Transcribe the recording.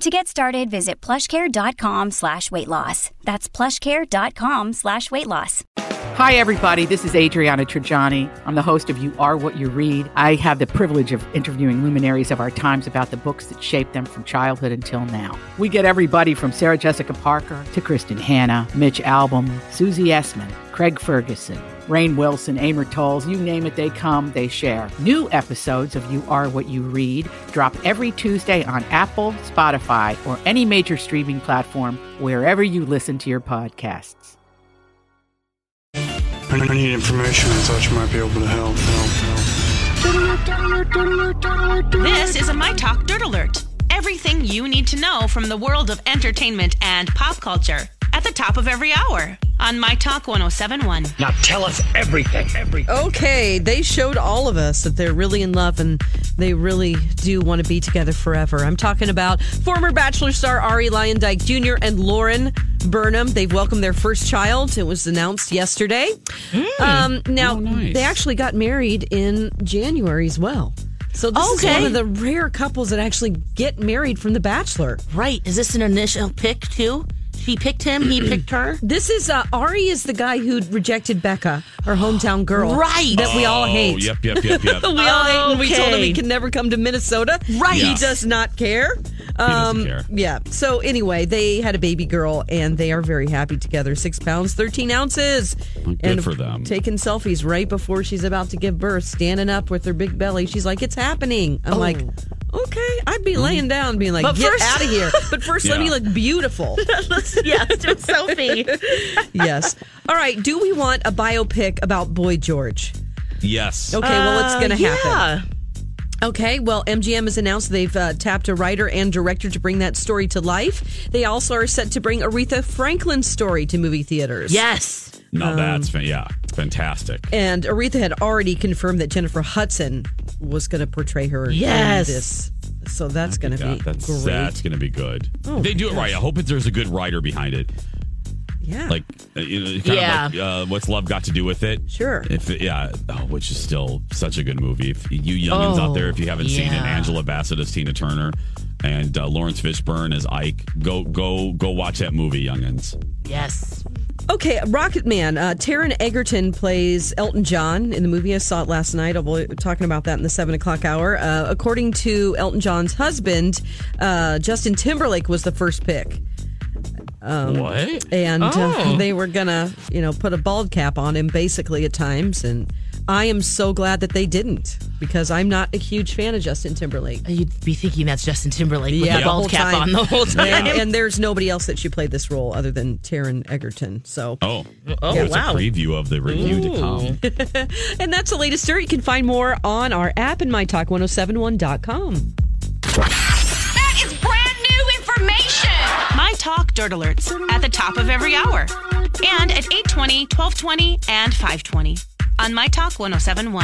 To get started, visit plushcare.com slash weight loss. That's plushcare.com slash weight loss. Hi, everybody. This is Adriana Trajani. I'm the host of You Are What You Read. I have the privilege of interviewing luminaries of our times about the books that shaped them from childhood until now. We get everybody from Sarah Jessica Parker to Kristen Hanna, Mitch Albom, Susie Essman, Craig Ferguson, Rain Wilson, Amor Tolls, you name it, they come, they share. New episodes of You Are What You Read drop every Tuesday on Apple, Spotify, or any major streaming platform wherever you listen to your podcasts. I need information. I thought you might be able to help. help, help. This is a My Talk Dirt Alert. Everything you need to know from the world of entertainment and pop culture at the top of every hour on My Talk 1071. Now tell us everything. everything. Okay, they showed all of us that they're really in love and they really do want to be together forever. I'm talking about former Bachelor star Ari Lyon Dyke Jr. and Lauren Burnham. They've welcomed their first child. It was announced yesterday. Um, now, Oh, nice. they actually got married in January as well. So this is Okay. one of the rare couples that actually get married from The Bachelor. Right. Is this an initial pick, too? She picked him, he picked her. This is uh, Ari is the guy who rejected Becca, our hometown girl, Right. That we all hate. Oh, yep, yep, yep, yep. we all hate and we told him Okay. he can never come to Minnesota. Right. He Yeah. does not care. doesn't Um, care. Yeah. So anyway, they had a baby girl and they are very happy together. Six pounds, thirteen ounces. Well, good and for them. Taking selfies right before she's about to give birth, standing up with her big belly. She's like, It's happening. I'm like, Okay. I'd be laying down being like, Oh. But get first- out of here. But first let Mm. Yeah. me look beautiful. yeah, do a selfie. yes. All right. Do we want a biopic about Boy George? yes. Okay, well it's gonna happen. Uh, Yeah. Okay, well, MGM has announced they've uh, tapped a writer and director to bring that story to life. They also are set to bring Aretha Franklin's story to movie theaters. Yes. Now that's fan- yeah, fantastic. Um, And Aretha had already confirmed that Jennifer Hudson was going to portray her Yes. in this. So that's going to Yeah, be that's great. Oh that's gonna be good. they do it right. I hope that there's a good writer behind it. Yeah. Like, uh, you know, kind Yeah. of like uh, what's love got to do with it? Sure. If it- yeah, oh, which is still such a good movie. If you youngins out there, if Oh, you haven't seen it, yeah. Angela Bassett as Tina Turner and uh, Lawrence Fishburne as Ike. Go go go watch that movie, youngins. Yes. Okay, Rocket Man. Uh, Taron Egerton plays Elton John in the movie. I saw it last night. I'll be talking about that in the seven o'clock hour. Uh, according to Elton John's husband, uh, Justin Timberlake was the first pick, what? and uh, they were gonna, you know, put a bald cap on him basically at times. And I am so glad that they didn't because I'm not a huge fan of Justin Timberlake. You'd be thinking that's Justin Timberlake with Yeah, the the whole bald cap time. on the whole time. And, and there's nobody else that she played this role other than Taron Egerton. So Oh, Oh, There's wow. a preview of the review to come. And that's the latest dirt. You can find more on our app and mytalk1071.com. That is brand new information. My Talk Dirt Alerts at the top of every hour and at 820, 1220, and 520 on My Talk 1071.